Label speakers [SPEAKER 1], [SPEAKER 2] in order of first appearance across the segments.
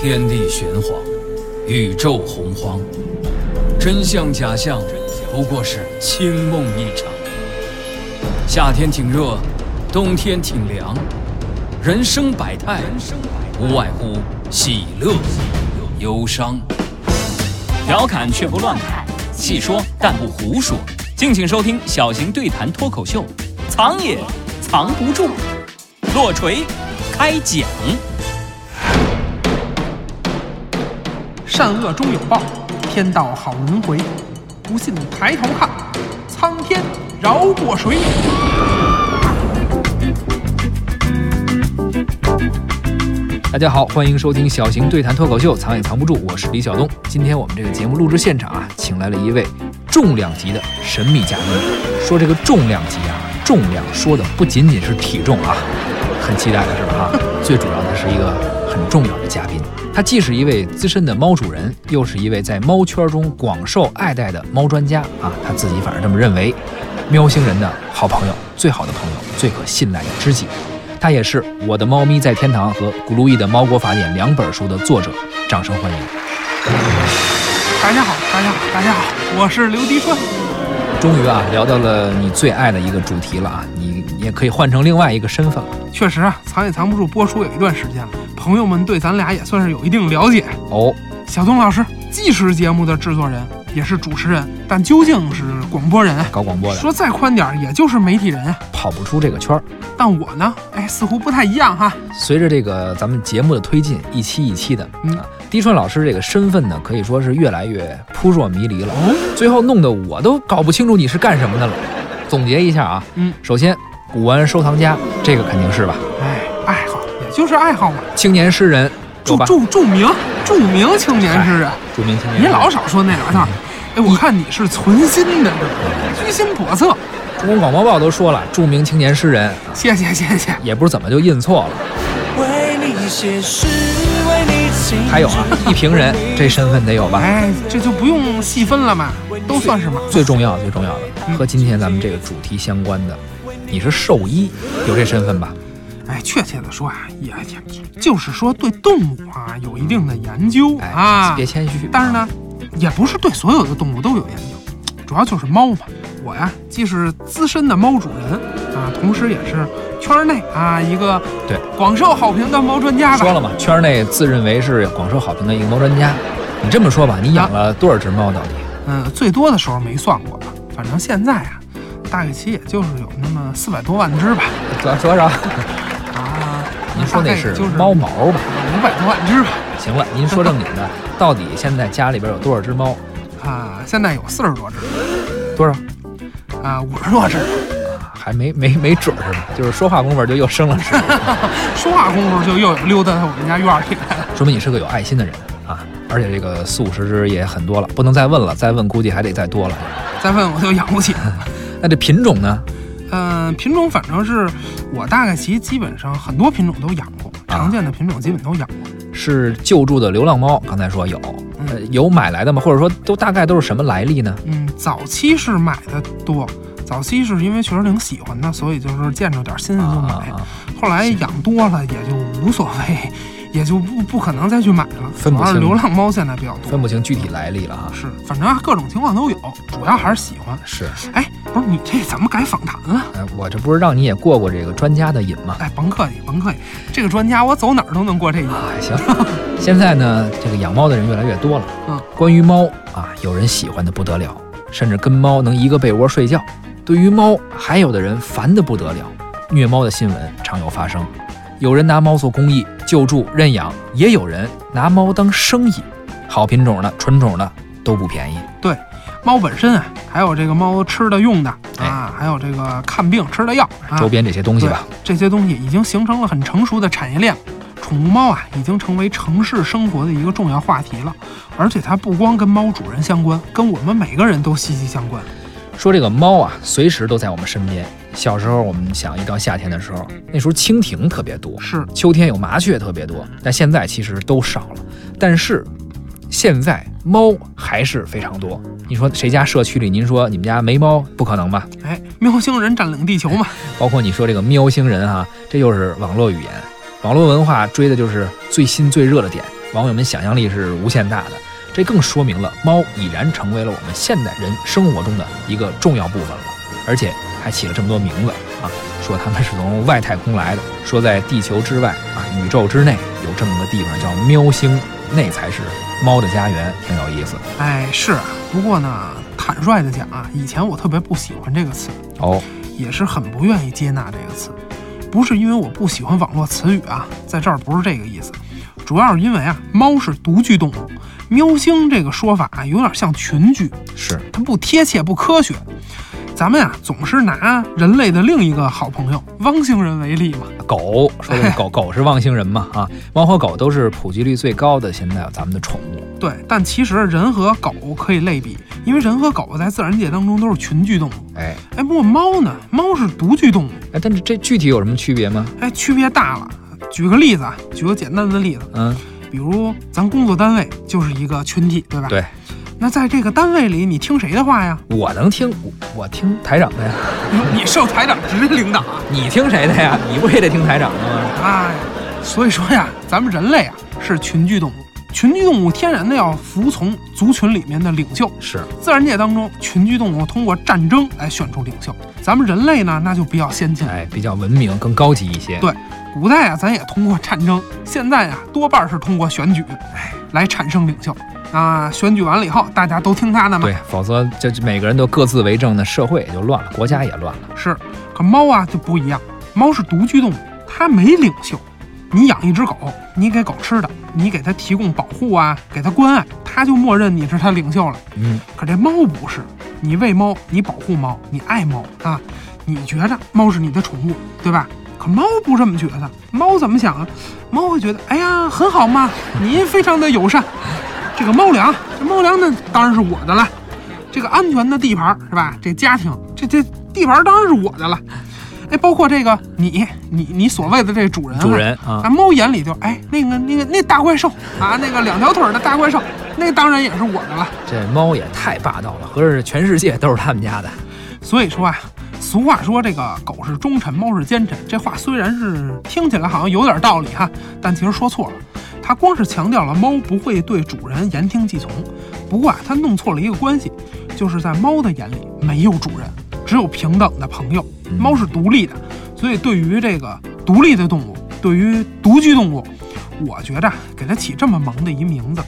[SPEAKER 1] 天地玄黄，宇宙洪荒，真相假象不过是清梦一场。夏天挺热，冬天挺凉，人生百态，无外乎喜乐、忧伤。调侃却不乱侃，细说但不胡说。敬请收听小型对谈脱口秀，《藏也藏不住》，落锤开讲。
[SPEAKER 2] 善恶终有报，天道好轮回。不信抬头看，苍天饶过谁？
[SPEAKER 3] 大家好，欢迎收听小型对谈脱口秀《藏也藏不住》，我是李晓东。今天我们这个节目录制现场啊，请来了一位重量级的神秘嘉宾。说这个重量级啊，重量说的不仅仅是体重啊，很期待的是吧？哈，最主要的是一个很重要的嘉宾，他既是一位资深的猫主人，又是一位在猫圈中广受爱戴的猫专家啊，他自己反正这么认为。喵星人的好朋友，最好的朋友，最可信赖的知己。他也是《我的猫咪在天堂》和《咕噜易的猫国法典》两本书的作者，掌声欢迎！
[SPEAKER 2] 大家好，大家好，大家好，我是刘迪春。
[SPEAKER 3] 终于啊，聊到了你最爱的一个主题了啊，你你也可以换成另外一个身份了。
[SPEAKER 2] 确实啊，藏也藏不住，播出有一段时间了，朋友们对咱俩也算是有一定了解。
[SPEAKER 3] 哦，
[SPEAKER 2] 小东老师既是节目的制作人，也是主持人，但究竟是广播人啊。
[SPEAKER 3] 搞广播的
[SPEAKER 2] 说再宽点儿，也就是媒体人啊。
[SPEAKER 3] 跑不出这个圈儿。
[SPEAKER 2] 但我呢，哎，似乎不太一样哈。
[SPEAKER 3] 随着这个咱们节目的推进，一期一期的
[SPEAKER 2] 嗯
[SPEAKER 3] 啊，滴川老师这个身份呢，可以说是越来越扑朔迷离了，
[SPEAKER 2] 哦，
[SPEAKER 3] 最后弄得我都搞不清楚你是干什么的了。总结一下啊，
[SPEAKER 2] 嗯，
[SPEAKER 3] 首先，古玩收藏家，这个肯定是吧？
[SPEAKER 2] 哎，爱好也就是爱好嘛。
[SPEAKER 3] 青年诗人，有
[SPEAKER 2] 著
[SPEAKER 3] 吧？
[SPEAKER 2] 著著名著名青年诗人，
[SPEAKER 3] 著名青年诗人，
[SPEAKER 2] 你老少说那两套。哎，我看你是存心的，居心叵测。
[SPEAKER 3] 中国广播报都说了，著名青年诗人啊
[SPEAKER 2] 谢谢谢谢。
[SPEAKER 3] 也不是怎么就印错了。
[SPEAKER 4] 为你写诗，为你静止
[SPEAKER 3] 还有啊，一评人这身份得有吧？
[SPEAKER 2] 哎，这就不用细分了嘛，都算是嘛。
[SPEAKER 3] 最重要最重要的，和今天咱们这个主题相关的，你是兽医，有这身份吧？
[SPEAKER 2] 哎，确切的说啊，也也就是说对动物啊有一定的研究
[SPEAKER 3] 哎，
[SPEAKER 2] 啊
[SPEAKER 3] 别，谦虚。
[SPEAKER 2] 但是，呢，也不是对所有的动物都有研究，主要就是猫嘛。我呀，既是资深的猫主人啊，同时也是圈内啊一个
[SPEAKER 3] 对
[SPEAKER 2] 广受好评的猫专家吧
[SPEAKER 3] 说。了嘛，圈内自认为是广受好评的一个猫专家。你这么说吧，你养了多少只猫到底？
[SPEAKER 2] 嗯，最多的时候没算过吧，反正现在啊，大概其也就是有那么四百多万只吧。
[SPEAKER 3] 多多少？
[SPEAKER 2] 啊，
[SPEAKER 3] 您说那是
[SPEAKER 2] 就是
[SPEAKER 3] 猫毛吧？
[SPEAKER 2] 五百多万只吧。
[SPEAKER 3] 行了，您说正经的，到底现在家里边有多少只猫？
[SPEAKER 2] 啊，现在有四十多只，
[SPEAKER 3] 多少？
[SPEAKER 2] 啊，五十多只。
[SPEAKER 3] 还没没没准儿是吧？就是说话功夫就又升了十。
[SPEAKER 2] 说话功夫就又有溜达到我们家院儿里来了。
[SPEAKER 3] 说明你是个有爱心的人啊！而且这个四五十只也很多了，不能再问了，再问估计还得再多了。
[SPEAKER 2] 再问我就养不起。
[SPEAKER 3] 那这品种呢？
[SPEAKER 2] 嗯、品种反正是我大概其基本上很多品种都养过，
[SPEAKER 3] 啊
[SPEAKER 2] 常见的品种基本都养过。
[SPEAKER 3] 是救助的流浪猫，刚才说有，呃
[SPEAKER 2] 嗯
[SPEAKER 3] 有买来的吗？或者说都大概都是什么来历呢？
[SPEAKER 2] 嗯，早期是买的多，早期是因为确实挺喜欢的，所以就是见着点新鲜就买。
[SPEAKER 3] 啊，啊
[SPEAKER 2] 后来养多了也就无所谓，也就不不可能再去买了。
[SPEAKER 3] 分
[SPEAKER 2] 主
[SPEAKER 3] 不
[SPEAKER 2] 要
[SPEAKER 3] 清
[SPEAKER 2] 是流浪猫现在比较
[SPEAKER 3] 分
[SPEAKER 2] 多，
[SPEAKER 3] 不清具体来历了啊。
[SPEAKER 2] 是反正各种情况都有，主要还是喜欢。
[SPEAKER 3] 是，
[SPEAKER 2] 哎，不是你这怎么改访谈了？
[SPEAKER 3] 哎，我这不是让你也过过这个专家的瘾吗？
[SPEAKER 2] 哎，甭客气，甭客气，这个专家我走哪儿都能过这一关。
[SPEAKER 3] 啊，行。 现在呢，这个养猫的人越来越多了。
[SPEAKER 2] 嗯，
[SPEAKER 3] 关于猫啊，有人喜欢的不得了，甚至跟猫能一个被窝睡觉；对于猫，还有的人烦的不得了，虐猫的新闻常有发生。有人拿猫做公益、救助、认养，也有人拿猫当生意。好品种的、纯种的都不便宜。
[SPEAKER 2] 猫本身啊，还有这个猫吃的、用的
[SPEAKER 3] 哎
[SPEAKER 2] 啊，还有这个看病吃的药啊
[SPEAKER 3] 周，边这些东西吧，
[SPEAKER 2] 这些东西已经形成了很成熟的产业链。宠物猫啊，已经成为城市生活的一个重要话题了，而且它不光跟猫主人相关，跟我们每个人都息息相关。
[SPEAKER 3] 说这个猫啊，随时都在我们身边。小时候我们想，一到夏天的时候，那时候蜻蜓特别多，
[SPEAKER 2] 是
[SPEAKER 3] 秋天有麻雀特别多，但现在其实都少了。但是现在猫还是非常多。你说谁家社区里，您说你们家没猫，不可能吧？
[SPEAKER 2] 哎，喵星人占领地球嘛，
[SPEAKER 3] 包括你说这个喵星人啊，这又是网络语言，网络文化追的就是最新最热的点。网友们想象力是无限大的。这更说明了猫已然成为了我们现代人生活中的一个重要部分了，而且还起了这么多名字啊，说它们是从外太空来的，说在地球之外啊，宇宙之内有这么个地方叫喵星，那才是猫的家园，挺有意思
[SPEAKER 2] 哎，是啊。不过呢，坦率的讲啊，以前我特别不喜欢这个词，
[SPEAKER 3] 哦。
[SPEAKER 2] 也是很不愿意接纳这个词。不是因为我不喜欢网络词语啊，在这儿不是这个意思，主要是因为啊，猫是独居动物，喵星这个说法啊，有点像群居，
[SPEAKER 3] 是
[SPEAKER 2] 它不贴切、不科学。咱们啊，总是拿人类的另一个好朋友汪星人为例嘛。
[SPEAKER 3] 狗，说的是狗，狗是忘星人嘛啊，猫和狗都是普及率最高的现在咱们的宠物。
[SPEAKER 2] 对，但其实人和狗可以类比，因为人和狗在自然界当中都是群居动物。
[SPEAKER 3] 哎，
[SPEAKER 2] 哎，不过猫呢？猫是独居动物，
[SPEAKER 3] 哎，但是这具体有什么区别吗？
[SPEAKER 2] 哎，区别大了。举个例子啊，举个简单的例子，
[SPEAKER 3] 嗯，
[SPEAKER 2] 比如咱工作单位就是一个群体，对吧？
[SPEAKER 3] 对。
[SPEAKER 2] 那在这个单位里，你听谁的话呀？
[SPEAKER 3] 我能听，我我听台长的呀，
[SPEAKER 2] 你受台长直接领导啊！
[SPEAKER 3] 你听谁的呀？你不也得听台长的吗？
[SPEAKER 2] 哎，所以说呀，咱们人类啊是群居动物，群居动物天然的要服从族群里面的领袖。
[SPEAKER 3] 是，
[SPEAKER 2] 自然界当中，群居动物通过战争来选出领袖，咱们人类呢那就比较先进。
[SPEAKER 3] 哎，比较文明，更高级一些。
[SPEAKER 2] 对古代啊，咱也通过战争，现在啊多半是通过选举，哎，来产生领袖。那选举完了以后，大家都听他的嘛
[SPEAKER 3] 对。，否则这这每个人都各自为政，那社会也就乱了，国家也乱了。
[SPEAKER 2] 是，可猫啊就不一样，猫是独居动物，它没领袖。你养一只狗，你给狗吃的，你给它提供保护啊，给它关爱，它就默认你是它领袖了。
[SPEAKER 3] 嗯，
[SPEAKER 2] 可这猫不是，你喂猫，你保护猫，你爱猫啊，你觉着猫是你的宠物，对吧？可猫不这么觉得，猫怎么想啊？猫会觉得，哎呀，很好嘛，您非常的友善，这个猫粮，这猫粮呢当然是我的了，这个安全的地盘是吧？这家庭，这这地盘当然是我的了。哎，包括这个你，你你所谓的这主人啊，
[SPEAKER 3] 主人啊
[SPEAKER 2] 啊，猫眼里就哎那个那个那大怪兽啊，那个两条腿儿的大怪兽，那当然也是我的了。
[SPEAKER 3] 这猫也太霸道了，合着全世界都是他们家的。
[SPEAKER 2] 所以说啊，俗话说这个狗是忠臣，猫是奸臣，这话虽然是听起来好像有点道理哈，但其实说错了。它光是强调了猫不会对主人言听计从，不过啊，它弄错了一个关系，就是在猫的眼里没有主人，只有平等的朋友。猫是独立的，所以对于这个独立的动物，对于独居动物，我觉着啊给它起这么萌的一名字，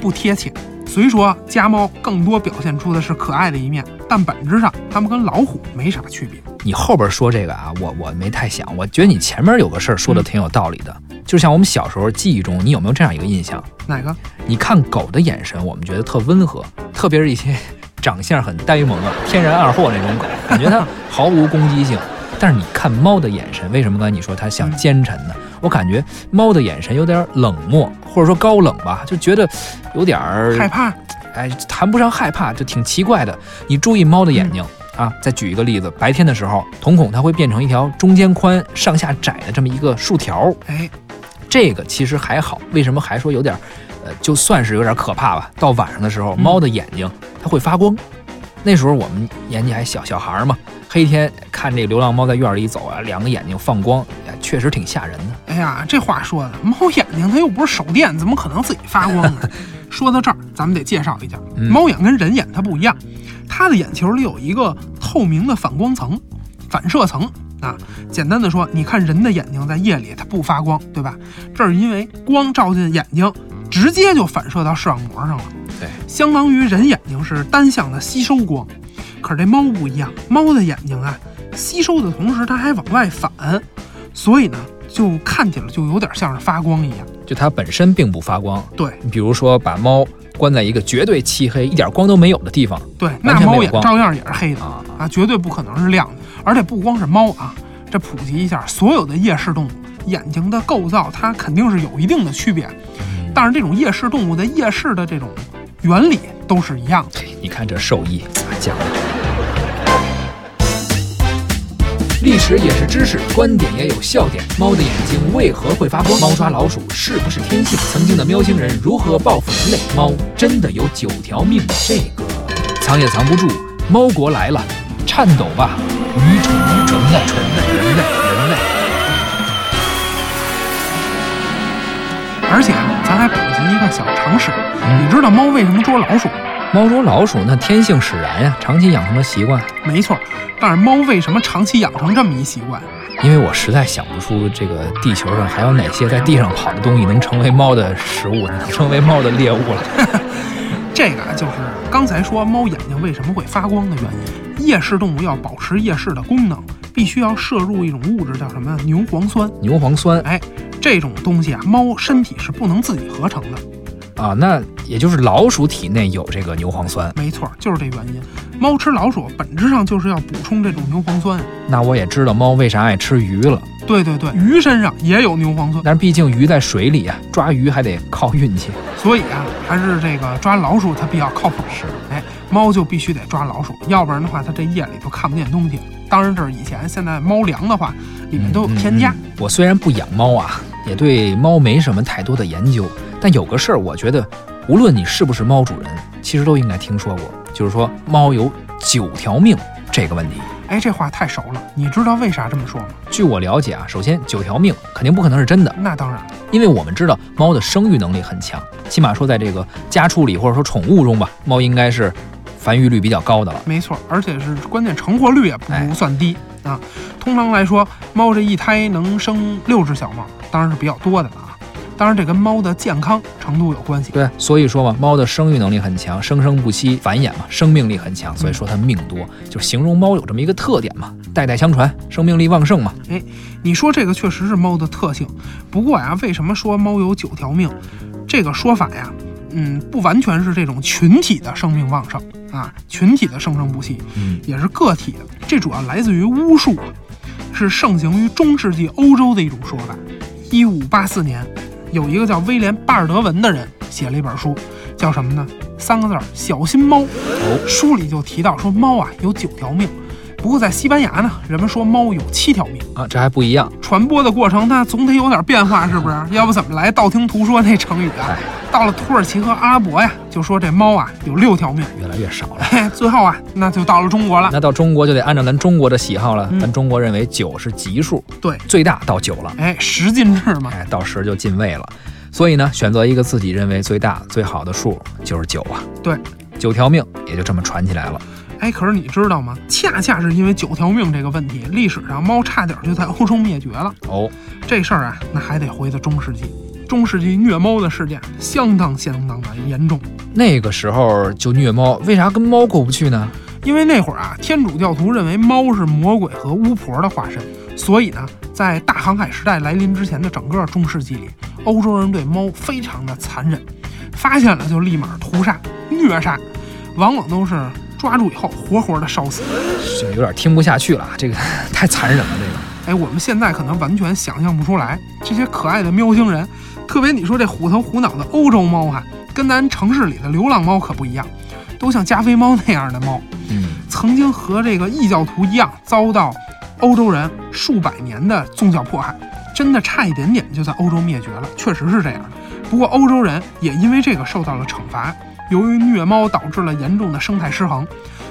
[SPEAKER 2] 不贴切。虽说家猫更多表现出的是可爱的一面，但本质上它们跟老虎没啥区别。
[SPEAKER 3] 你后边说这个啊，我我没太想，我觉得你前面有个事儿说的挺有道理的，就像我们小时候记忆中，你有没有这样一个印象？
[SPEAKER 2] 哪个？
[SPEAKER 3] 你看狗的眼神，我们觉得特温和，特别是一些长相很呆萌啊、天然二货那种狗，感觉它毫无攻击性。 但是你看猫的眼神，为什么刚才你说它像
[SPEAKER 2] 嗯
[SPEAKER 3] 奸臣呢？我感觉猫的眼神有点冷漠，或者说高冷吧，就觉得有点儿
[SPEAKER 2] 害怕？
[SPEAKER 3] 哎，谈不上害怕，就挺奇怪的。你注意猫的眼睛、啊，再举一个例子，白天的时候，瞳孔它会变成一条中间宽、上下窄的这么一个竖条，
[SPEAKER 2] 哎，
[SPEAKER 3] 这个其实还好。为什么还说有点儿，呃，就算是有点可怕吧？到晚上的时候，
[SPEAKER 2] 嗯
[SPEAKER 3] 猫的眼睛它会发光。那时候我们年纪还小，小孩儿嘛，黑天呃看这流浪猫在院里走啊，两个眼睛放光，哎确实挺吓人的。
[SPEAKER 2] 哎呀，这话说的，猫眼睛它又不是手电，怎么可能自己发光 呢？说到这儿，咱们得介绍一下，
[SPEAKER 3] 嗯
[SPEAKER 2] 猫眼跟人眼它不一样，它的眼球里有一个透明的反光层、反射层啊。简单的说，你看人的眼睛在夜里它不发光，对吧？这是因为光照进眼睛，直接就反射到视网膜上了。
[SPEAKER 3] 对，
[SPEAKER 2] 相当于人眼睛是单向的吸收光，可是这猫不一样，猫的眼睛啊，吸收的同时它还往外反，所以呢，就看起来就有点像是发光一样。
[SPEAKER 3] 就它本身并不发光。
[SPEAKER 2] 对
[SPEAKER 3] 你比如说，把猫关在一个绝对漆黑、一点光都没有的地方
[SPEAKER 2] 对，
[SPEAKER 3] 完
[SPEAKER 2] 那
[SPEAKER 3] 全没有
[SPEAKER 2] 猫眼
[SPEAKER 3] 光
[SPEAKER 2] 照样也是黑的
[SPEAKER 3] 啊，
[SPEAKER 2] 啊，绝对不可能是亮的。而且不光是猫啊，这普及一下，所有的夜视动物眼睛的构造，它肯定是有一定的区别，
[SPEAKER 3] 嗯
[SPEAKER 2] 但是这种夜视动物的夜视的这种原理都是一样的。
[SPEAKER 3] 你看这兽医讲的。历史也是知识，观点也有笑点。猫的眼睛为何会发光？猫抓老鼠是不是天性？曾经的喵星人如何报复人类？猫真的有九条命吗？这个藏也藏不住。猫国来了，颤抖吧，愚蠢，愚蠢，人类，人类，人类。
[SPEAKER 2] 而且咱还普及一个小常识，
[SPEAKER 3] 嗯
[SPEAKER 2] 你知道猫为什么捉老鼠吗？
[SPEAKER 3] 猫捉老鼠那天性使然呀，长期养成的习惯。
[SPEAKER 2] 没错，但是猫为什么长期养成这么一习惯？
[SPEAKER 3] 因为我实在想不出这个地球上还有哪些在地上跑的东西能成为猫的食物，能成为猫的猎物了。
[SPEAKER 2] 这个啊就是刚才说猫眼睛为什么会发光的原因。夜视动物要保持夜视的功能，必须要摄入一种物质叫什么牛磺酸。
[SPEAKER 3] 牛磺酸
[SPEAKER 2] 哎，这种东西啊，猫身体是不能自己合成的。
[SPEAKER 3] 啊，那也就是老鼠体内有这个牛磺酸。
[SPEAKER 2] 没错，就是这原因。猫吃老鼠本质上就是要补充这种牛磺酸。
[SPEAKER 3] 那我也知道猫为啥爱吃鱼了，
[SPEAKER 2] 对对对，鱼身上也有牛磺酸，
[SPEAKER 3] 但是毕竟鱼在水里啊，抓鱼还得靠运气。
[SPEAKER 2] 所以啊，还是这个抓老鼠它比较靠谱。
[SPEAKER 3] 是，
[SPEAKER 2] 哎，猫就必须得抓老鼠，要不然的话，它这夜里就看不见东西了。当然这是以前，现在猫粮的话里面都有添加。
[SPEAKER 3] 嗯嗯我虽然不养猫啊，也对猫没什么太多的研究，但有个事儿，我觉得无论你是不是猫主人，其实都应该听说过，就是说猫有九条命这个问题。
[SPEAKER 2] 哎，这话太熟了，你知道为啥这么说吗？
[SPEAKER 3] 据我了解啊，首先九条命肯定不可能是真的，
[SPEAKER 2] 那当然，
[SPEAKER 3] 因为我们知道猫的生育能力很强，起码说在这个家畜里或者说宠物中吧，猫应该是繁育率比较高的了。
[SPEAKER 2] 没错，而且是关键成活率也不
[SPEAKER 3] 哎
[SPEAKER 2] 算低、啊。通常来说，猫这一胎能生六只小猫，当然是比较多的了啊。当然，这跟猫的健康程度有关系。
[SPEAKER 3] 对，所以说嘛，猫的生育能力很强，生生不息，繁衍嘛，生命力很强，所以说它命多，就形容猫有这么一个特点嘛，代代相传，生命力旺盛嘛。
[SPEAKER 2] 你说这个确实是猫的特性，不过呀，为什么说猫有九条命？这个说法呀，嗯，不完全是这种群体的生命旺盛啊，群体的生生不息，
[SPEAKER 3] 嗯，
[SPEAKER 2] 也是个体的。这主要来自于巫术，是盛行于中世纪欧洲的一种说法。一五八四年，有一个叫威廉·巴尔德文的人写了一本书，叫什么呢？三个字儿：小心猫。书里就提到说猫啊有九条命，不过在西班牙呢，人们说猫有七条命。
[SPEAKER 3] 啊，这还不一样。
[SPEAKER 2] 传播的过程，它总得有点变化，是不是？要不怎么来道听途说那成语啊
[SPEAKER 3] 哎？
[SPEAKER 2] 到了土耳其和阿拉伯呀，就说这猫啊有六条命。
[SPEAKER 3] 越来越少了。
[SPEAKER 2] 嘿，最后啊，那就到了中国了。
[SPEAKER 3] 那到中国就得按照咱中国的喜好了，
[SPEAKER 2] 嗯
[SPEAKER 3] 咱中国认为九是吉数，
[SPEAKER 2] 对，
[SPEAKER 3] 最大到九了，
[SPEAKER 2] 哎，十进制嘛，
[SPEAKER 3] 哎，到十就进位了。所以呢，选择一个自己认为最大最好的数就是九啊。
[SPEAKER 2] 对，
[SPEAKER 3] 九条命也就这么传起来了。
[SPEAKER 2] 哎，可是你知道吗？恰恰是因为九条命这个问题，历史上猫差点就在欧洲灭绝了。
[SPEAKER 3] 哦，
[SPEAKER 2] 这事儿啊，那还得回到中世纪。中世纪虐猫的事件相当相当的严重，
[SPEAKER 3] 那个时候就虐猫，为啥跟猫过不去呢？
[SPEAKER 2] 因为那会儿啊，天主教徒认为猫是魔鬼和巫婆的化身，所以呢，在大航海时代来临之前的整个中世纪里，欧洲人对猫非常的残忍，发现了就立马屠杀、虐杀，往往都是抓住以后活活的烧死。
[SPEAKER 3] 这有点听不下去了，这个 太残忍了，这个。
[SPEAKER 2] 哎，我们现在可能完全想象不出来这些可爱的喵星人，特别你说这虎头虎脑的欧洲猫啊，跟咱城市里的流浪猫可不一样，都像加菲猫那样的猫，
[SPEAKER 3] 嗯，
[SPEAKER 2] 曾经和这个异教徒一样遭到欧洲人数百年的宗教迫害，真的差一点点就在欧洲灭绝了，确实是这样的。不过欧洲人也因为这个受到了惩罚，由于虐猫导致了严重的生态失衡，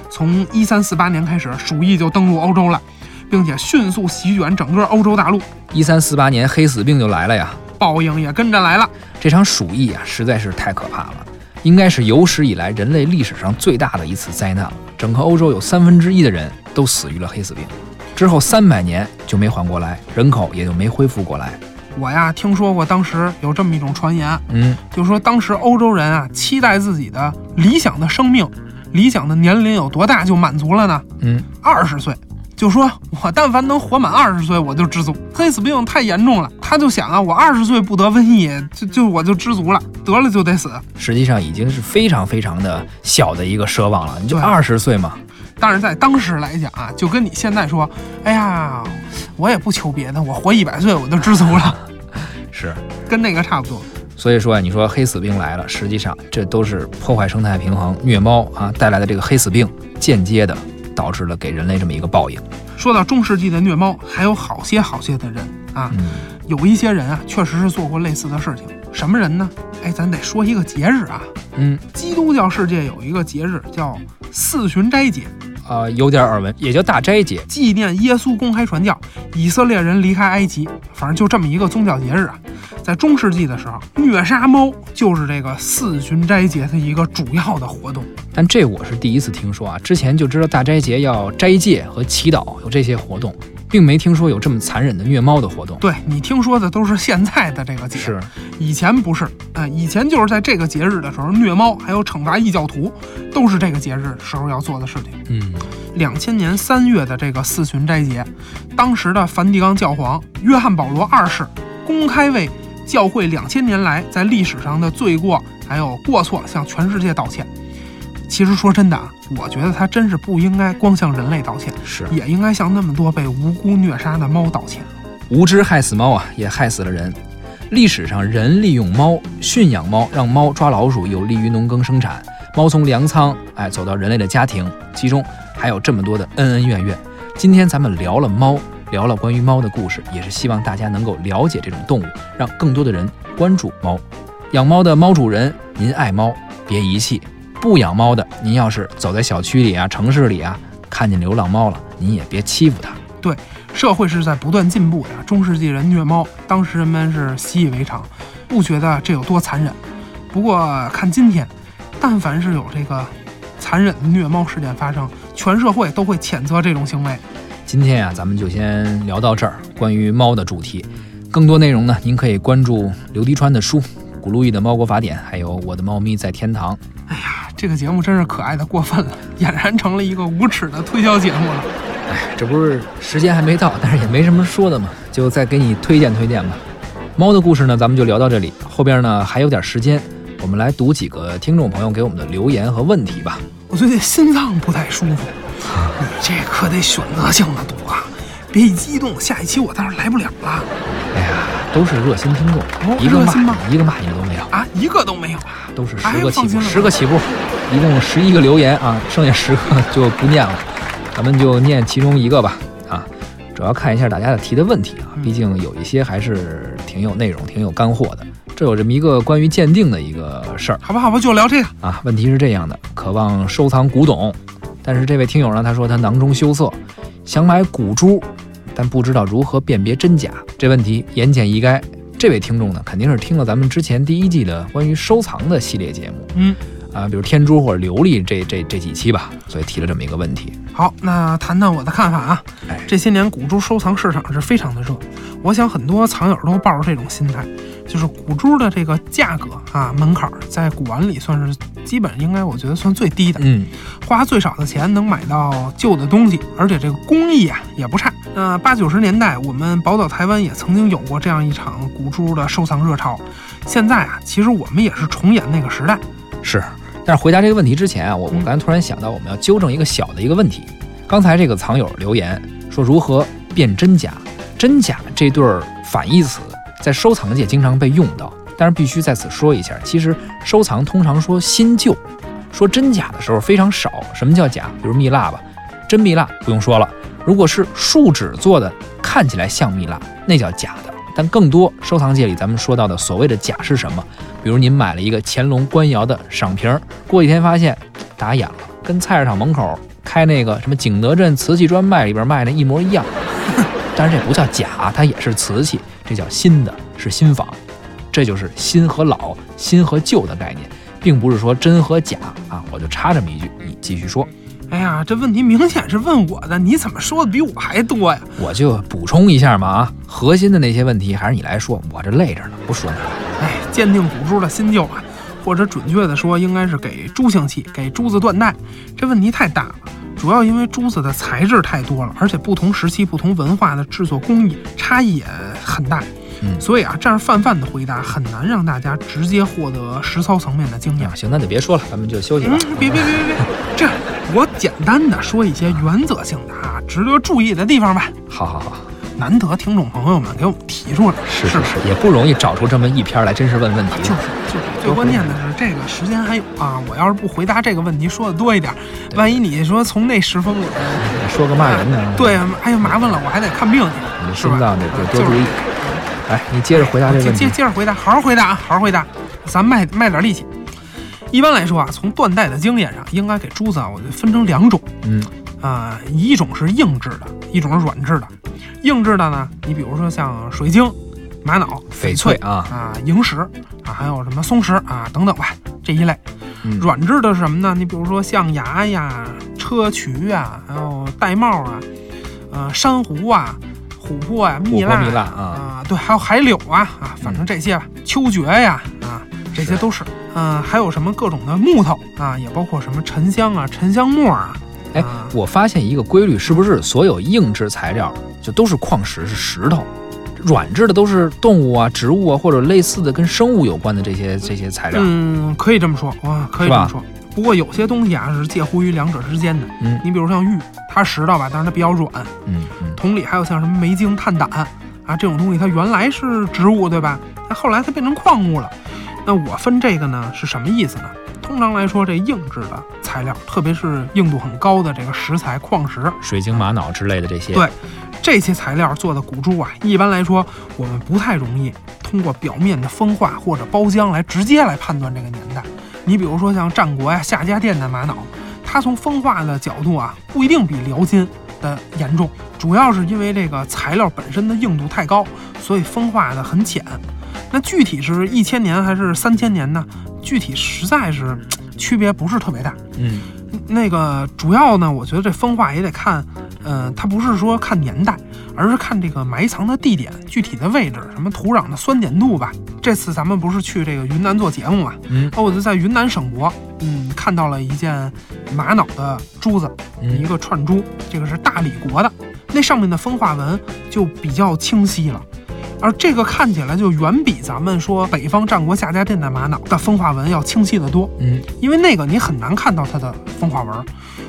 [SPEAKER 2] 从一三四八年开始，鼠疫就登陆欧洲了，并且迅速席卷整个欧洲大陆，
[SPEAKER 3] 一三四八年黑死病就来了呀，
[SPEAKER 2] 报应也跟着来了。
[SPEAKER 3] 这场鼠疫啊，实在是太可怕了，应该是有史以来人类历史上最大的一次灾难了。整个欧洲有三分之一的人都死于了黑死病，之后三百年就没缓过来，人口也就没恢复过来。
[SPEAKER 2] 我呀，听说过当时有这么一种传言，
[SPEAKER 3] 嗯，
[SPEAKER 2] 就说当时欧洲人啊，期待自己的理想的生命、理想的年龄有多大就满足了呢？
[SPEAKER 3] 嗯，
[SPEAKER 2] 二十岁。就说我但凡能活满二十岁，我就知足。黑死病太严重了，他就想啊，我二十岁不得瘟疫，就就我就知足了，得了就得死。
[SPEAKER 3] 实际上已经是非常非常的小的一个奢望了，你就
[SPEAKER 2] 对
[SPEAKER 3] 二十岁嘛，
[SPEAKER 2] 但是在当时来讲啊，就跟你现在说，哎呀，我也不求别的，我活一百岁我就知足了，
[SPEAKER 3] 是。
[SPEAKER 2] 跟那个差不多。
[SPEAKER 3] 所以说啊，你说黑死病来了，实际上这都是破坏生态平衡、虐猫啊带来的这个黑死病，间接的导致了给人类这么一个报应。
[SPEAKER 2] 说到中世纪的虐猫，还有好些好些的人啊，
[SPEAKER 3] 嗯
[SPEAKER 2] 有一些人啊，确实是做过类似的事情。什么人呢？哎，咱得说一个节日啊，
[SPEAKER 3] 嗯，
[SPEAKER 2] 基督教世界有一个节日叫四旬斋节，
[SPEAKER 3] 呃有点耳闻，也叫大斋节。
[SPEAKER 2] 纪念耶稣公开传教，以色列人离开埃及，反正就这么一个宗教节日啊。在中世纪的时候，虐杀猫就是这个四旬斋节的一个主要的活动。
[SPEAKER 3] 但这我是第一次听说啊，之前就知道大斋节要斋戒和祈祷有这些活动，并没听说有这么残忍的虐猫的活动。
[SPEAKER 2] 对你听说的都是现在的这个节，
[SPEAKER 3] 是，
[SPEAKER 2] 以前不是啊、以前就是在这个节日的时候虐猫，还有惩罚异教徒，都是这个节日时候要做的事情。
[SPEAKER 3] 嗯，
[SPEAKER 2] 两千年三月的这个四旬斋节，当时的梵蒂冈教皇约翰保罗二世公开为教会两千年来在历史上的罪过还有过错向全世界道歉。其实说真的啊，我觉得他真是不应该光向人类道歉，
[SPEAKER 3] 是
[SPEAKER 2] 也应该向那么多被无辜虐杀的猫道歉。
[SPEAKER 3] 无知害死猫啊，也害死了人。历史上，人利用猫驯养猫，让猫抓老鼠，有利于农耕生产。猫从粮仓哎走到人类的家庭，其中还有这么多的恩恩怨怨。今天咱们聊了猫，聊了关于猫的故事，也是希望大家能够了解这种动物，让更多的人关注猫。养猫的猫主人，您爱猫别遗弃；不养猫的，您要是走在小区里啊、城市里啊，看见流浪猫了，您也别欺负它。
[SPEAKER 2] 社会是在不断进步的。中世纪人虐猫，当时人们是习以为常，不觉得这有多残忍。不过看今天，但凡是有这个残忍的虐猫事件发生，全社会都会谴责这种行为。哎
[SPEAKER 3] 今天啊，咱们就先聊到这儿，关于猫的主题。更多内容呢，您可以关注刘迪川的书《古路易的猫国法典》，还有《我的猫咪在天堂》。
[SPEAKER 2] 这个节目真是可爱的过分了，俨然成了一个无耻的推销节目了。
[SPEAKER 3] 这不是时间还没到，但是也没什么说的嘛，就再给你推荐推荐吧。猫的故事呢，咱们就聊到这里，后边呢还有点时间，我们来读几个听众朋友给我们的留言和问题吧。
[SPEAKER 2] 我最近心脏不太舒服，你这可得选择性的读啊，别一激动，下一期我倒是来不了了
[SPEAKER 3] 哎呀，都是热心听众，
[SPEAKER 2] 哦
[SPEAKER 3] 一个
[SPEAKER 2] 热心吗
[SPEAKER 3] 骂你一个骂你都没有。
[SPEAKER 2] 啊，一个都没有。
[SPEAKER 3] 都是
[SPEAKER 2] 哎
[SPEAKER 3] 十个
[SPEAKER 2] 放
[SPEAKER 3] 起
[SPEAKER 2] 心
[SPEAKER 3] 步，
[SPEAKER 2] 了
[SPEAKER 3] 十个起步，一共十一个留言啊，剩下十个就不念了，咱们就念其中一个吧啊，主要看一下大家的提的问题啊，
[SPEAKER 2] 嗯
[SPEAKER 3] 毕竟有一些还是挺有内容、挺有干货的。这有这么一个关于鉴定的一个事儿
[SPEAKER 2] 好吧，好吧，就聊这个。
[SPEAKER 3] 啊，问题是这样的：渴望收藏古董，但是这位听友呢，他说他囊中羞涩，想买古珠，但不知道如何辨别真假。这问题言简意赅。这位听众呢，肯定是听了咱们之前第一季的关于收藏的系列节目，
[SPEAKER 2] 嗯。
[SPEAKER 3] 啊，比如天珠或者琉璃这这这几期吧，所以提了这么一个问题。
[SPEAKER 2] 好，那谈谈我的看法啊
[SPEAKER 3] 哎。
[SPEAKER 2] 这些年古珠收藏市场是非常的热，我想很多藏友都抱着这种心态，就是古珠的这个价格啊门槛儿在古玩里算是基本应该我觉得算最低的，
[SPEAKER 3] 嗯，
[SPEAKER 2] 花最少的钱能买到旧的东西，而且这个工艺啊也不差。那八九十年代，我们宝岛台湾也曾经有过这样一场古珠的收藏热潮，现在啊，其实我们也是重演那个时代。
[SPEAKER 3] 是。但是回答这个问题之前啊，我我
[SPEAKER 2] 嗯
[SPEAKER 3] 刚才突然想到，我们要纠正一个小的一个问题。刚才这个藏友留言说如何辨真假，真假这对儿反义词在收藏界经常被用到，但是必须在此说一下，其实收藏通常说新旧，说真假的时候非常少。什么叫假？比如蜜蜡吧，真蜜蜡不用说了，如果是树脂做的，看起来像蜜蜡，那叫假的。但更多收藏界里咱们说到的所谓的假是什么？比如您买了一个乾隆官窑的赏瓶儿，过几天发现打眼了，跟菜市场门口开那个什么景德镇瓷器专卖里边卖的一模一样。 但是这不叫假，它也是瓷器，这叫新的，是新仿。这就是新和老、新和旧的概念，并不是说真和假啊。我就插这么一句，你继续说，
[SPEAKER 2] 哎呀，这问题明显是问我的，你怎么说的比我还多呀？
[SPEAKER 3] 我就补充一下嘛啊。核心的那些问题还是你来说，我这累着呢，不说你了。
[SPEAKER 2] 哎，鉴定古珠的新旧啊，或者准确的说，应该是给珠性器，给珠子断代。这问题太大了，主要因为珠子的材质太多了，而且不同时期、不同文化的制作工艺差异也很大。
[SPEAKER 3] 嗯
[SPEAKER 2] 所以啊，这样泛泛的回答很难让大家直接获得实操层面的经验
[SPEAKER 3] 啊，。行，那就别说了，咱们就休息吧
[SPEAKER 2] 嗯。，别别别别别，这样我简单的说一些原则性的啊，值得注意的地方吧。
[SPEAKER 3] 好好好，
[SPEAKER 2] 难得听众朋友们给我们提出来，
[SPEAKER 3] 是
[SPEAKER 2] 是
[SPEAKER 3] 是
[SPEAKER 2] 吧
[SPEAKER 3] 是，也不容易找出这么一篇来，真是问问题
[SPEAKER 2] 就是
[SPEAKER 3] 的。
[SPEAKER 2] 就是，最关键的是这个时间还有啊！我要是不回答这个问题说的多一点，万一你说从那十封里边，
[SPEAKER 3] 说个骂人的，
[SPEAKER 2] 对，哎呀麻烦了，我还得看病
[SPEAKER 3] 你
[SPEAKER 2] 去，
[SPEAKER 3] 的
[SPEAKER 2] 是
[SPEAKER 3] 心
[SPEAKER 2] 吧？
[SPEAKER 3] 脏得得
[SPEAKER 2] 啊
[SPEAKER 3] 多注意。。哎，你接着回答这
[SPEAKER 2] 就是啊接
[SPEAKER 3] 问
[SPEAKER 2] 接
[SPEAKER 3] 题。
[SPEAKER 2] 接着回答，好好回答啊，好好回答，咱卖卖点力气。一般来说啊，从断代的经验上，应该给珠子啊，我就分成两种，
[SPEAKER 3] 嗯，
[SPEAKER 2] 啊、一种是硬质的，一种是软质的。硬质的呢，你比如说像水晶、玛瑙、
[SPEAKER 3] 翡
[SPEAKER 2] 翡
[SPEAKER 3] 翠
[SPEAKER 2] 翠
[SPEAKER 3] 啊，
[SPEAKER 2] 啊、萤石啊，还有什么松石啊等等吧，这一类。
[SPEAKER 3] 嗯
[SPEAKER 2] 软质的是什么呢？你比如说象牙呀、砗磲啊，还有玳瑁啊，呃，珊瑚啊、琥珀啊、蜜蜡
[SPEAKER 3] 琥珀
[SPEAKER 2] 啊、
[SPEAKER 3] 蜜蜡啊，嗯
[SPEAKER 2] 啊，对，还有海柳啊啊，反正这些吧，秋蕨呀啊，这些
[SPEAKER 3] 是
[SPEAKER 2] 都是。嗯、还有什么各种的木头啊，也包括什么沉香啊、沉香末啊。
[SPEAKER 3] 哎
[SPEAKER 2] 啊，
[SPEAKER 3] 我发现一个规律，是不是所有硬质材料就都是矿石，是石头？软质的都是动物啊、植物啊，或者类似的跟生物有关的这些这些材料。
[SPEAKER 2] 嗯，可以这么说哇，可以这
[SPEAKER 3] 哎是吧
[SPEAKER 2] 么说。不过有些东西啊是介乎于两者之间的。
[SPEAKER 3] 嗯
[SPEAKER 2] 你比如像玉，它石头吧，但是它比较软。
[SPEAKER 3] 嗯嗯，
[SPEAKER 2] 同理，还有像什么煤晶、碳胆啊这种东西，它原来是植物，对吧？那后来它变成矿物了。那我分这个呢是什么意思呢？通常来说，这硬质的材料，特别是硬度很高的这个石材、矿石，
[SPEAKER 3] 水晶、玛瑙之类的这些。
[SPEAKER 2] 对这些材料做的古珠啊，一般来说我们不太容易通过表面的风化或者包浆来直接来判断这个年代。你比如说像战国呀、夏家店的玛瑙，它从风化的角度啊，不一定比辽金的严重，主要是因为这个材料本身的硬度太高，所以风化的很浅。那具体是一千年还是三千年呢？具体实在是区别不是特别大。
[SPEAKER 3] 嗯，
[SPEAKER 2] 那个主要呢，我觉得这风化也得看，呃，它不是说看年代，而是看这个埋藏的地点、具体的位置、什么土壤的酸碱度吧。这次咱们不是去这个云南做节目嘛，
[SPEAKER 3] 嗯
[SPEAKER 2] 那我就在云南省博，嗯，看到了一件玛瑙的珠子，
[SPEAKER 3] 嗯
[SPEAKER 2] 一个串珠，这个是大理国的，那上面的风化纹就比较清晰了。而这个看起来就远比咱们说北方战国夏家店的玛瑙的风化纹要清晰得多。
[SPEAKER 3] 嗯，
[SPEAKER 2] 因为那个你很难看到它的风化纹儿，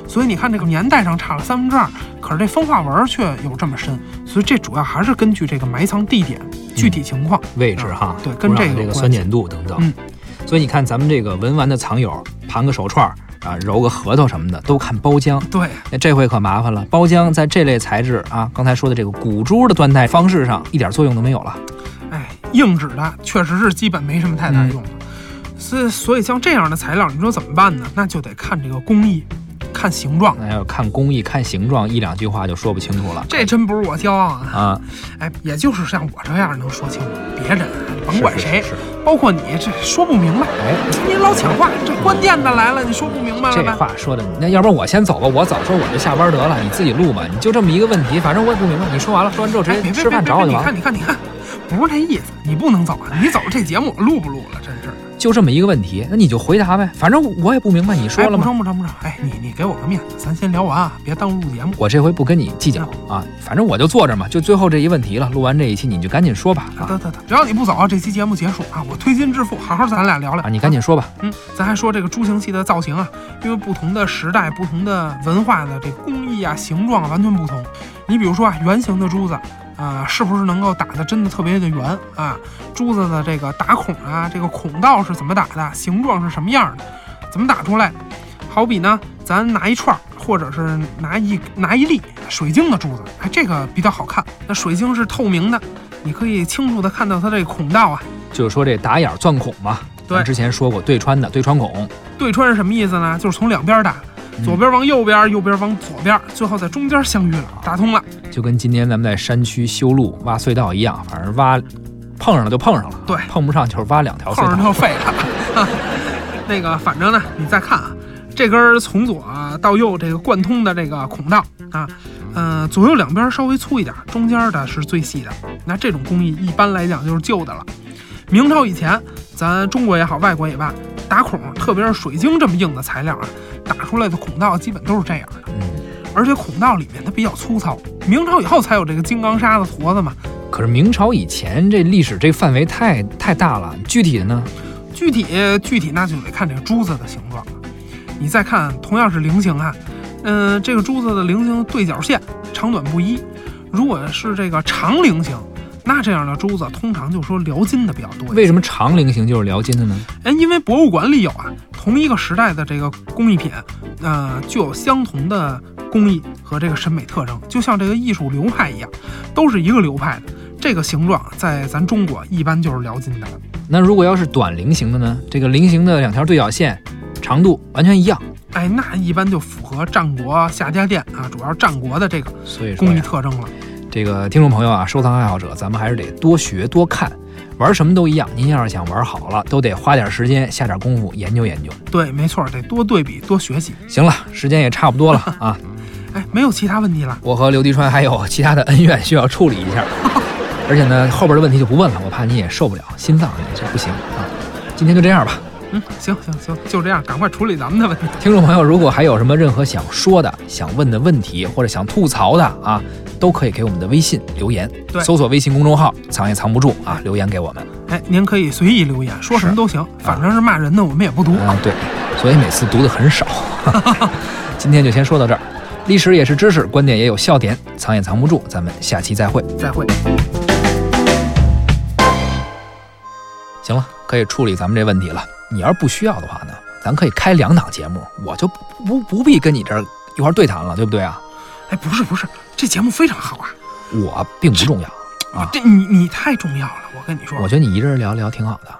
[SPEAKER 2] 所以你看这个年代上差了三分之二，可是这风化纹儿却有这么深，所以这主要还是根据这个埋藏地点、具体情况。
[SPEAKER 3] 嗯位置哈，
[SPEAKER 2] 嗯对跟
[SPEAKER 3] 土壤
[SPEAKER 2] 这
[SPEAKER 3] 的
[SPEAKER 2] 个
[SPEAKER 3] 这
[SPEAKER 2] 有关
[SPEAKER 3] 个酸碱度等等。
[SPEAKER 2] 嗯
[SPEAKER 3] 所以你看咱们这个文玩的藏友，盘个手串儿啊，揉个核桃什么的，都看包浆。
[SPEAKER 2] 对，
[SPEAKER 3] 那这回可麻烦了，包浆在这类材质啊，刚才说的这个古珠的断代方式上一点作用都没有了。
[SPEAKER 2] 哎，硬质的确实是基本没什么太大
[SPEAKER 3] 嗯
[SPEAKER 2] 用了。所以，所以像这样的材料，你说怎么办呢？那就得看这个工艺，看形状。
[SPEAKER 3] 那要哎看工艺、看形状，一两句话就说不清楚了。
[SPEAKER 2] 这真不是我骄傲啊！
[SPEAKER 3] 啊，
[SPEAKER 2] 哎，也就是像我这样能说清楚，别人甭管
[SPEAKER 3] 是是
[SPEAKER 2] 谁，
[SPEAKER 3] 是
[SPEAKER 2] 包括你，这说不明白。
[SPEAKER 3] 哎，
[SPEAKER 2] 你老抢话，这关键的来了，你说不明白了
[SPEAKER 3] 这
[SPEAKER 2] 吧？
[SPEAKER 3] 话说的，那要不然我先走吧，我早说我就下班得了，你自己录吧。你就这么一个问题，反正我也不明白。你说完了，说完之后直
[SPEAKER 2] 哎，别
[SPEAKER 3] 接
[SPEAKER 2] 别别
[SPEAKER 3] 吃
[SPEAKER 2] 别
[SPEAKER 3] 饭找我
[SPEAKER 2] 别！
[SPEAKER 3] 就
[SPEAKER 2] 你
[SPEAKER 3] 完了
[SPEAKER 2] 看，。你看，你看，不是这意思，你不能走啊！你走这节目我录不录了？真是的。
[SPEAKER 3] 就这么一个问题，那你就回答呗。反正我也不明白，你说
[SPEAKER 2] 哎，
[SPEAKER 3] 了
[SPEAKER 2] 不
[SPEAKER 3] 吗？
[SPEAKER 2] 成不成不成！哎，你你给我个面子，咱先聊完啊，别耽误录节目。
[SPEAKER 3] 我这回不跟你计较啊，反正我就坐着嘛，就最后这一问题了。录完这一期你就赶紧说吧啊
[SPEAKER 2] 得得得，只要你不走啊，这期节目结束啊，我推心置腹，好好咱俩聊聊
[SPEAKER 3] 啊，你赶。紧说吧。
[SPEAKER 2] 嗯，咱还说这个珠形器的造型啊，因为不同的时代、不同的文化的这工艺啊、形状啊完全不同。你比如说啊，圆形的珠子啊，是不是能够打的真的特别的圆啊？珠子的这个打孔啊，这个孔道是怎么打的？形状是什么样的？怎么打出来？好比呢，咱拿一串儿，或者是拿一拿一粒水晶的珠子，哎，这个比较好看。那水晶是透明的，你可以清楚的看到它这个孔道啊。
[SPEAKER 3] 就是说这打眼儿钻孔嘛，
[SPEAKER 2] 对嗯
[SPEAKER 3] 咱之前说过对穿的对穿孔，
[SPEAKER 2] 对穿是什么意思呢？就是从两边打，
[SPEAKER 3] 嗯
[SPEAKER 2] 左边往右边，右边往左边，最后在中间相遇了，打通了。
[SPEAKER 3] 就跟今天咱们在山区修路挖隧道一样，反正挖碰上了就碰上了，
[SPEAKER 2] 对
[SPEAKER 3] 碰不上就是挖两条隧
[SPEAKER 2] 碰上
[SPEAKER 3] 道。
[SPEAKER 2] 就废了。啊那个，反正呢，你再看啊，这根儿从左到右这个贯通的这个孔道啊，呃，左右两边稍微粗一点，中间的是最细的。那这种工艺一般来讲就是旧的了。明朝以前，咱中国也好，外国也罢，打孔，特别是水晶这么硬的材料啊，打出来的孔道基本都是这样的。
[SPEAKER 3] 嗯，
[SPEAKER 2] 而且孔道里面它比较粗糙，明朝以后才有这个金刚砂的坨子嘛。
[SPEAKER 3] 可是明朝以前这历史这范围太太大了，具体的呢？
[SPEAKER 2] 具体具体那就得看这个珠子的形状了。你再看，同样是菱形啊，嗯、这个珠子的菱形对角线长短不一。如果是这个长菱形，那这样的珠子通常就说辽金的比较多一些。
[SPEAKER 3] 为什么长菱形就是辽金的呢？
[SPEAKER 2] 哎，因为博物馆里有啊，同一个时代的这个工艺品，呃，具有相同的工艺和这个审美特征，就像这个艺术流派一样，都是一个流派的。这个形状在咱中国一般就是辽金的了。
[SPEAKER 3] 那如果要是短菱形的呢？这个菱形的两条对角线，长度完全一样，
[SPEAKER 2] 哎，那一般就符合战国夏家店啊，主要战国的这个
[SPEAKER 3] 所以说
[SPEAKER 2] 工艺
[SPEAKER 3] 呀，
[SPEAKER 2] 特征了。
[SPEAKER 3] 这个听众朋友啊，收藏爱好者，咱们还是得多学多看，玩什么都一样。您要是想玩好了，都得花点时间，下点功夫研究研究。
[SPEAKER 2] 对，没错，得多对比，多学习。
[SPEAKER 3] 行了，时间也差不多了啊，
[SPEAKER 2] 哎，没有其他问题了。
[SPEAKER 3] 我和刘迪川还有其他的恩怨需要处理一下，而且呢，后边的问题就不问了，我怕你也受不了，心脏也是不行啊。今天就这样吧，
[SPEAKER 2] 嗯，行行行，就这样，赶快处理咱们的问题。
[SPEAKER 3] 听众朋友，如果还有什么任何想说的、想问的问题，或者想吐槽的啊，都可以给我们的微信留言，
[SPEAKER 2] 对
[SPEAKER 3] 搜索微信公众号“藏也藏不住”啊，留言给我们。
[SPEAKER 2] 哎，您可以随意留言，说什么都
[SPEAKER 3] 啊
[SPEAKER 2] 行，反正是骂人的我们也不读。
[SPEAKER 3] 嗯，对，所以每次读的很少。 今天就先说到这儿，历史也是知识，观点也有笑点，藏也藏不住，咱们下期再会。
[SPEAKER 2] 再会。
[SPEAKER 3] 行了，可以处理咱们这问题了。你要是不需要的话呢，咱可以开两档节目，我就不不不必跟你这儿一块儿对谈了，对不对啊？
[SPEAKER 2] 哎，不是不是，这节目非常好啊，
[SPEAKER 3] 我并不重要，啊
[SPEAKER 2] 这你你太重要了，我跟你说，
[SPEAKER 3] 我觉得你一个人聊聊挺好的。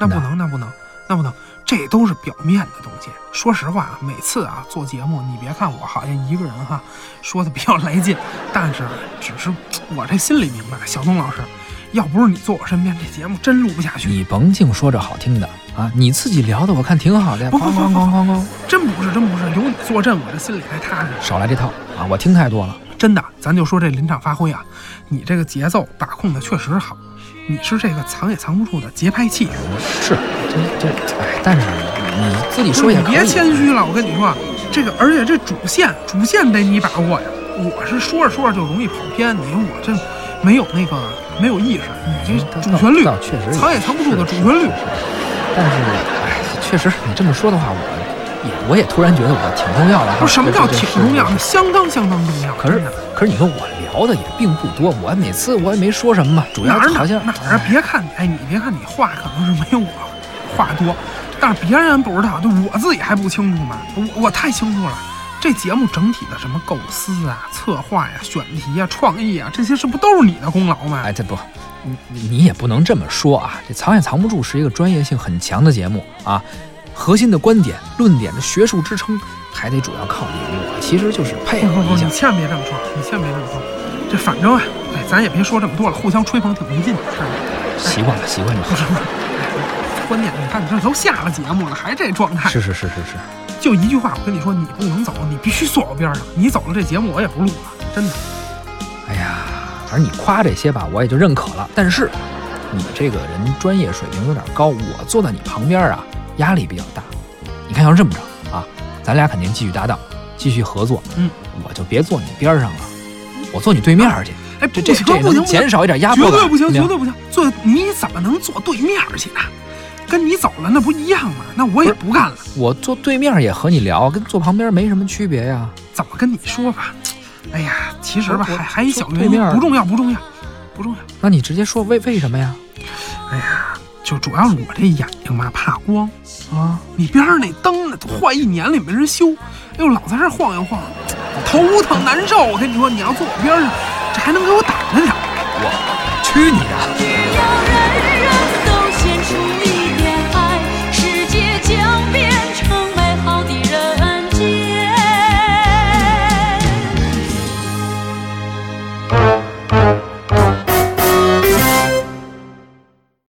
[SPEAKER 2] 那不能那不能那不能，这都是表面的东西。说实话，每次啊做节目，你别看我好像一个人哈，说的比较来劲，但是只是我这心里明白，小东老师，要不是你坐我身边，这节目真录不下去。
[SPEAKER 3] 你甭净说这好听的啊，你自己聊的我看挺好的，
[SPEAKER 2] 不不
[SPEAKER 3] 咣
[SPEAKER 2] 不
[SPEAKER 3] 咣咣咣咣，
[SPEAKER 2] 真不是真不是，有你坐镇，我这心里才踏实。
[SPEAKER 3] 少来这套啊！我听太多了。
[SPEAKER 2] 真的，咱就说这临场发挥啊，你这个节奏把控的确实好，你是这个藏也藏不住的节拍器。啊
[SPEAKER 3] 是，这这，哎，但是你自己
[SPEAKER 2] 说
[SPEAKER 3] 说
[SPEAKER 2] 嗯
[SPEAKER 3] 也
[SPEAKER 2] 你
[SPEAKER 3] 可以。
[SPEAKER 2] 别谦虚了，我跟你说，啊这个而且这主线主线得你把握呀。我是说着说着就容易跑偏，你看我这没有那个没有意识，你这主旋律
[SPEAKER 3] 嗯倒确实
[SPEAKER 2] 藏也藏不住的主旋律。
[SPEAKER 3] 但是，哎，确实你这么说的话，我也我也突然觉得我挺重要的哈。
[SPEAKER 2] 不是什么叫
[SPEAKER 3] 这
[SPEAKER 2] 挺重要？
[SPEAKER 3] 这是
[SPEAKER 2] 相当相当重要。
[SPEAKER 3] 可是
[SPEAKER 2] 真的
[SPEAKER 3] 可是你说我聊的也并不多，我每次我也没说什么嘛，主
[SPEAKER 2] 哪
[SPEAKER 3] 要
[SPEAKER 2] 儿哪
[SPEAKER 3] 好像
[SPEAKER 2] 儿哪儿啊？别看你，哎，你别看你话可能是没有我话多，但是别人不知道，就我自己还不清楚嘛。我我太清楚了，这节目整体的什么构思啊、策划呀、选题啊、创意啊，这些是不都是你的功劳吗？
[SPEAKER 3] 哎，这不，你你也不能这么说啊！这藏也藏不住是一个专业性很强的节目啊，核心的观点、论点的学术支撑，还得主要靠你我，其实就是配
[SPEAKER 2] 不
[SPEAKER 3] 合
[SPEAKER 2] 不不，
[SPEAKER 3] 一
[SPEAKER 2] 哦
[SPEAKER 3] 下
[SPEAKER 2] 你。千万别这么说，你千万别这么说。这反正啊，哎，咱也别说这么多了，互相吹捧挺没劲的事儿。
[SPEAKER 3] 习惯了，习惯就
[SPEAKER 2] 不
[SPEAKER 3] 好。
[SPEAKER 2] 是不是，哎关键你看你这都下了节目了，还这状态。
[SPEAKER 3] 是是是是是，
[SPEAKER 2] 就一句话，我跟你说，你不能走，你必须坐我边上。你走了，这节目我也不录了，真的。
[SPEAKER 3] 哎呀，反正你夸这些吧，我也就认可了。但是你这个人专业水平有点高，我坐在你旁边啊，压力比较大。你看，要是这么着啊，咱俩肯定继续搭档，继续合作。
[SPEAKER 2] 嗯，
[SPEAKER 3] 我就别坐你边上了，我坐你对面去。
[SPEAKER 2] 哎，不
[SPEAKER 3] 这这
[SPEAKER 2] 行不
[SPEAKER 3] 这
[SPEAKER 2] 行不
[SPEAKER 3] 能
[SPEAKER 2] 行，
[SPEAKER 3] 减少一点压迫
[SPEAKER 2] 绝
[SPEAKER 3] 感，
[SPEAKER 2] 对不行，
[SPEAKER 3] 你
[SPEAKER 2] 绝
[SPEAKER 3] 看
[SPEAKER 2] 对不行。坐你怎么能坐对面儿去呢？跟你走了那不一样吗？那我也不干了。
[SPEAKER 3] 我坐对面也和你聊，跟坐旁边没什么区别呀。
[SPEAKER 2] 怎么跟你说吧？哎呀，其实吧，
[SPEAKER 3] 我
[SPEAKER 2] 还还一小
[SPEAKER 3] 坐对
[SPEAKER 2] 原因
[SPEAKER 3] 面，儿
[SPEAKER 2] 不重要，不重要，不重要。
[SPEAKER 3] 那你直接说为为什么呀？
[SPEAKER 2] 就主要是我这眼睛吧怕光，
[SPEAKER 3] 啊，
[SPEAKER 2] 你边上那灯呢都坏一年了也没人修，哎呦老在这儿晃悠晃悠，头疼难受。我跟你说，你要坐我边上，这还能给我挡着点儿。
[SPEAKER 3] 去你的！
[SPEAKER 5] 只有人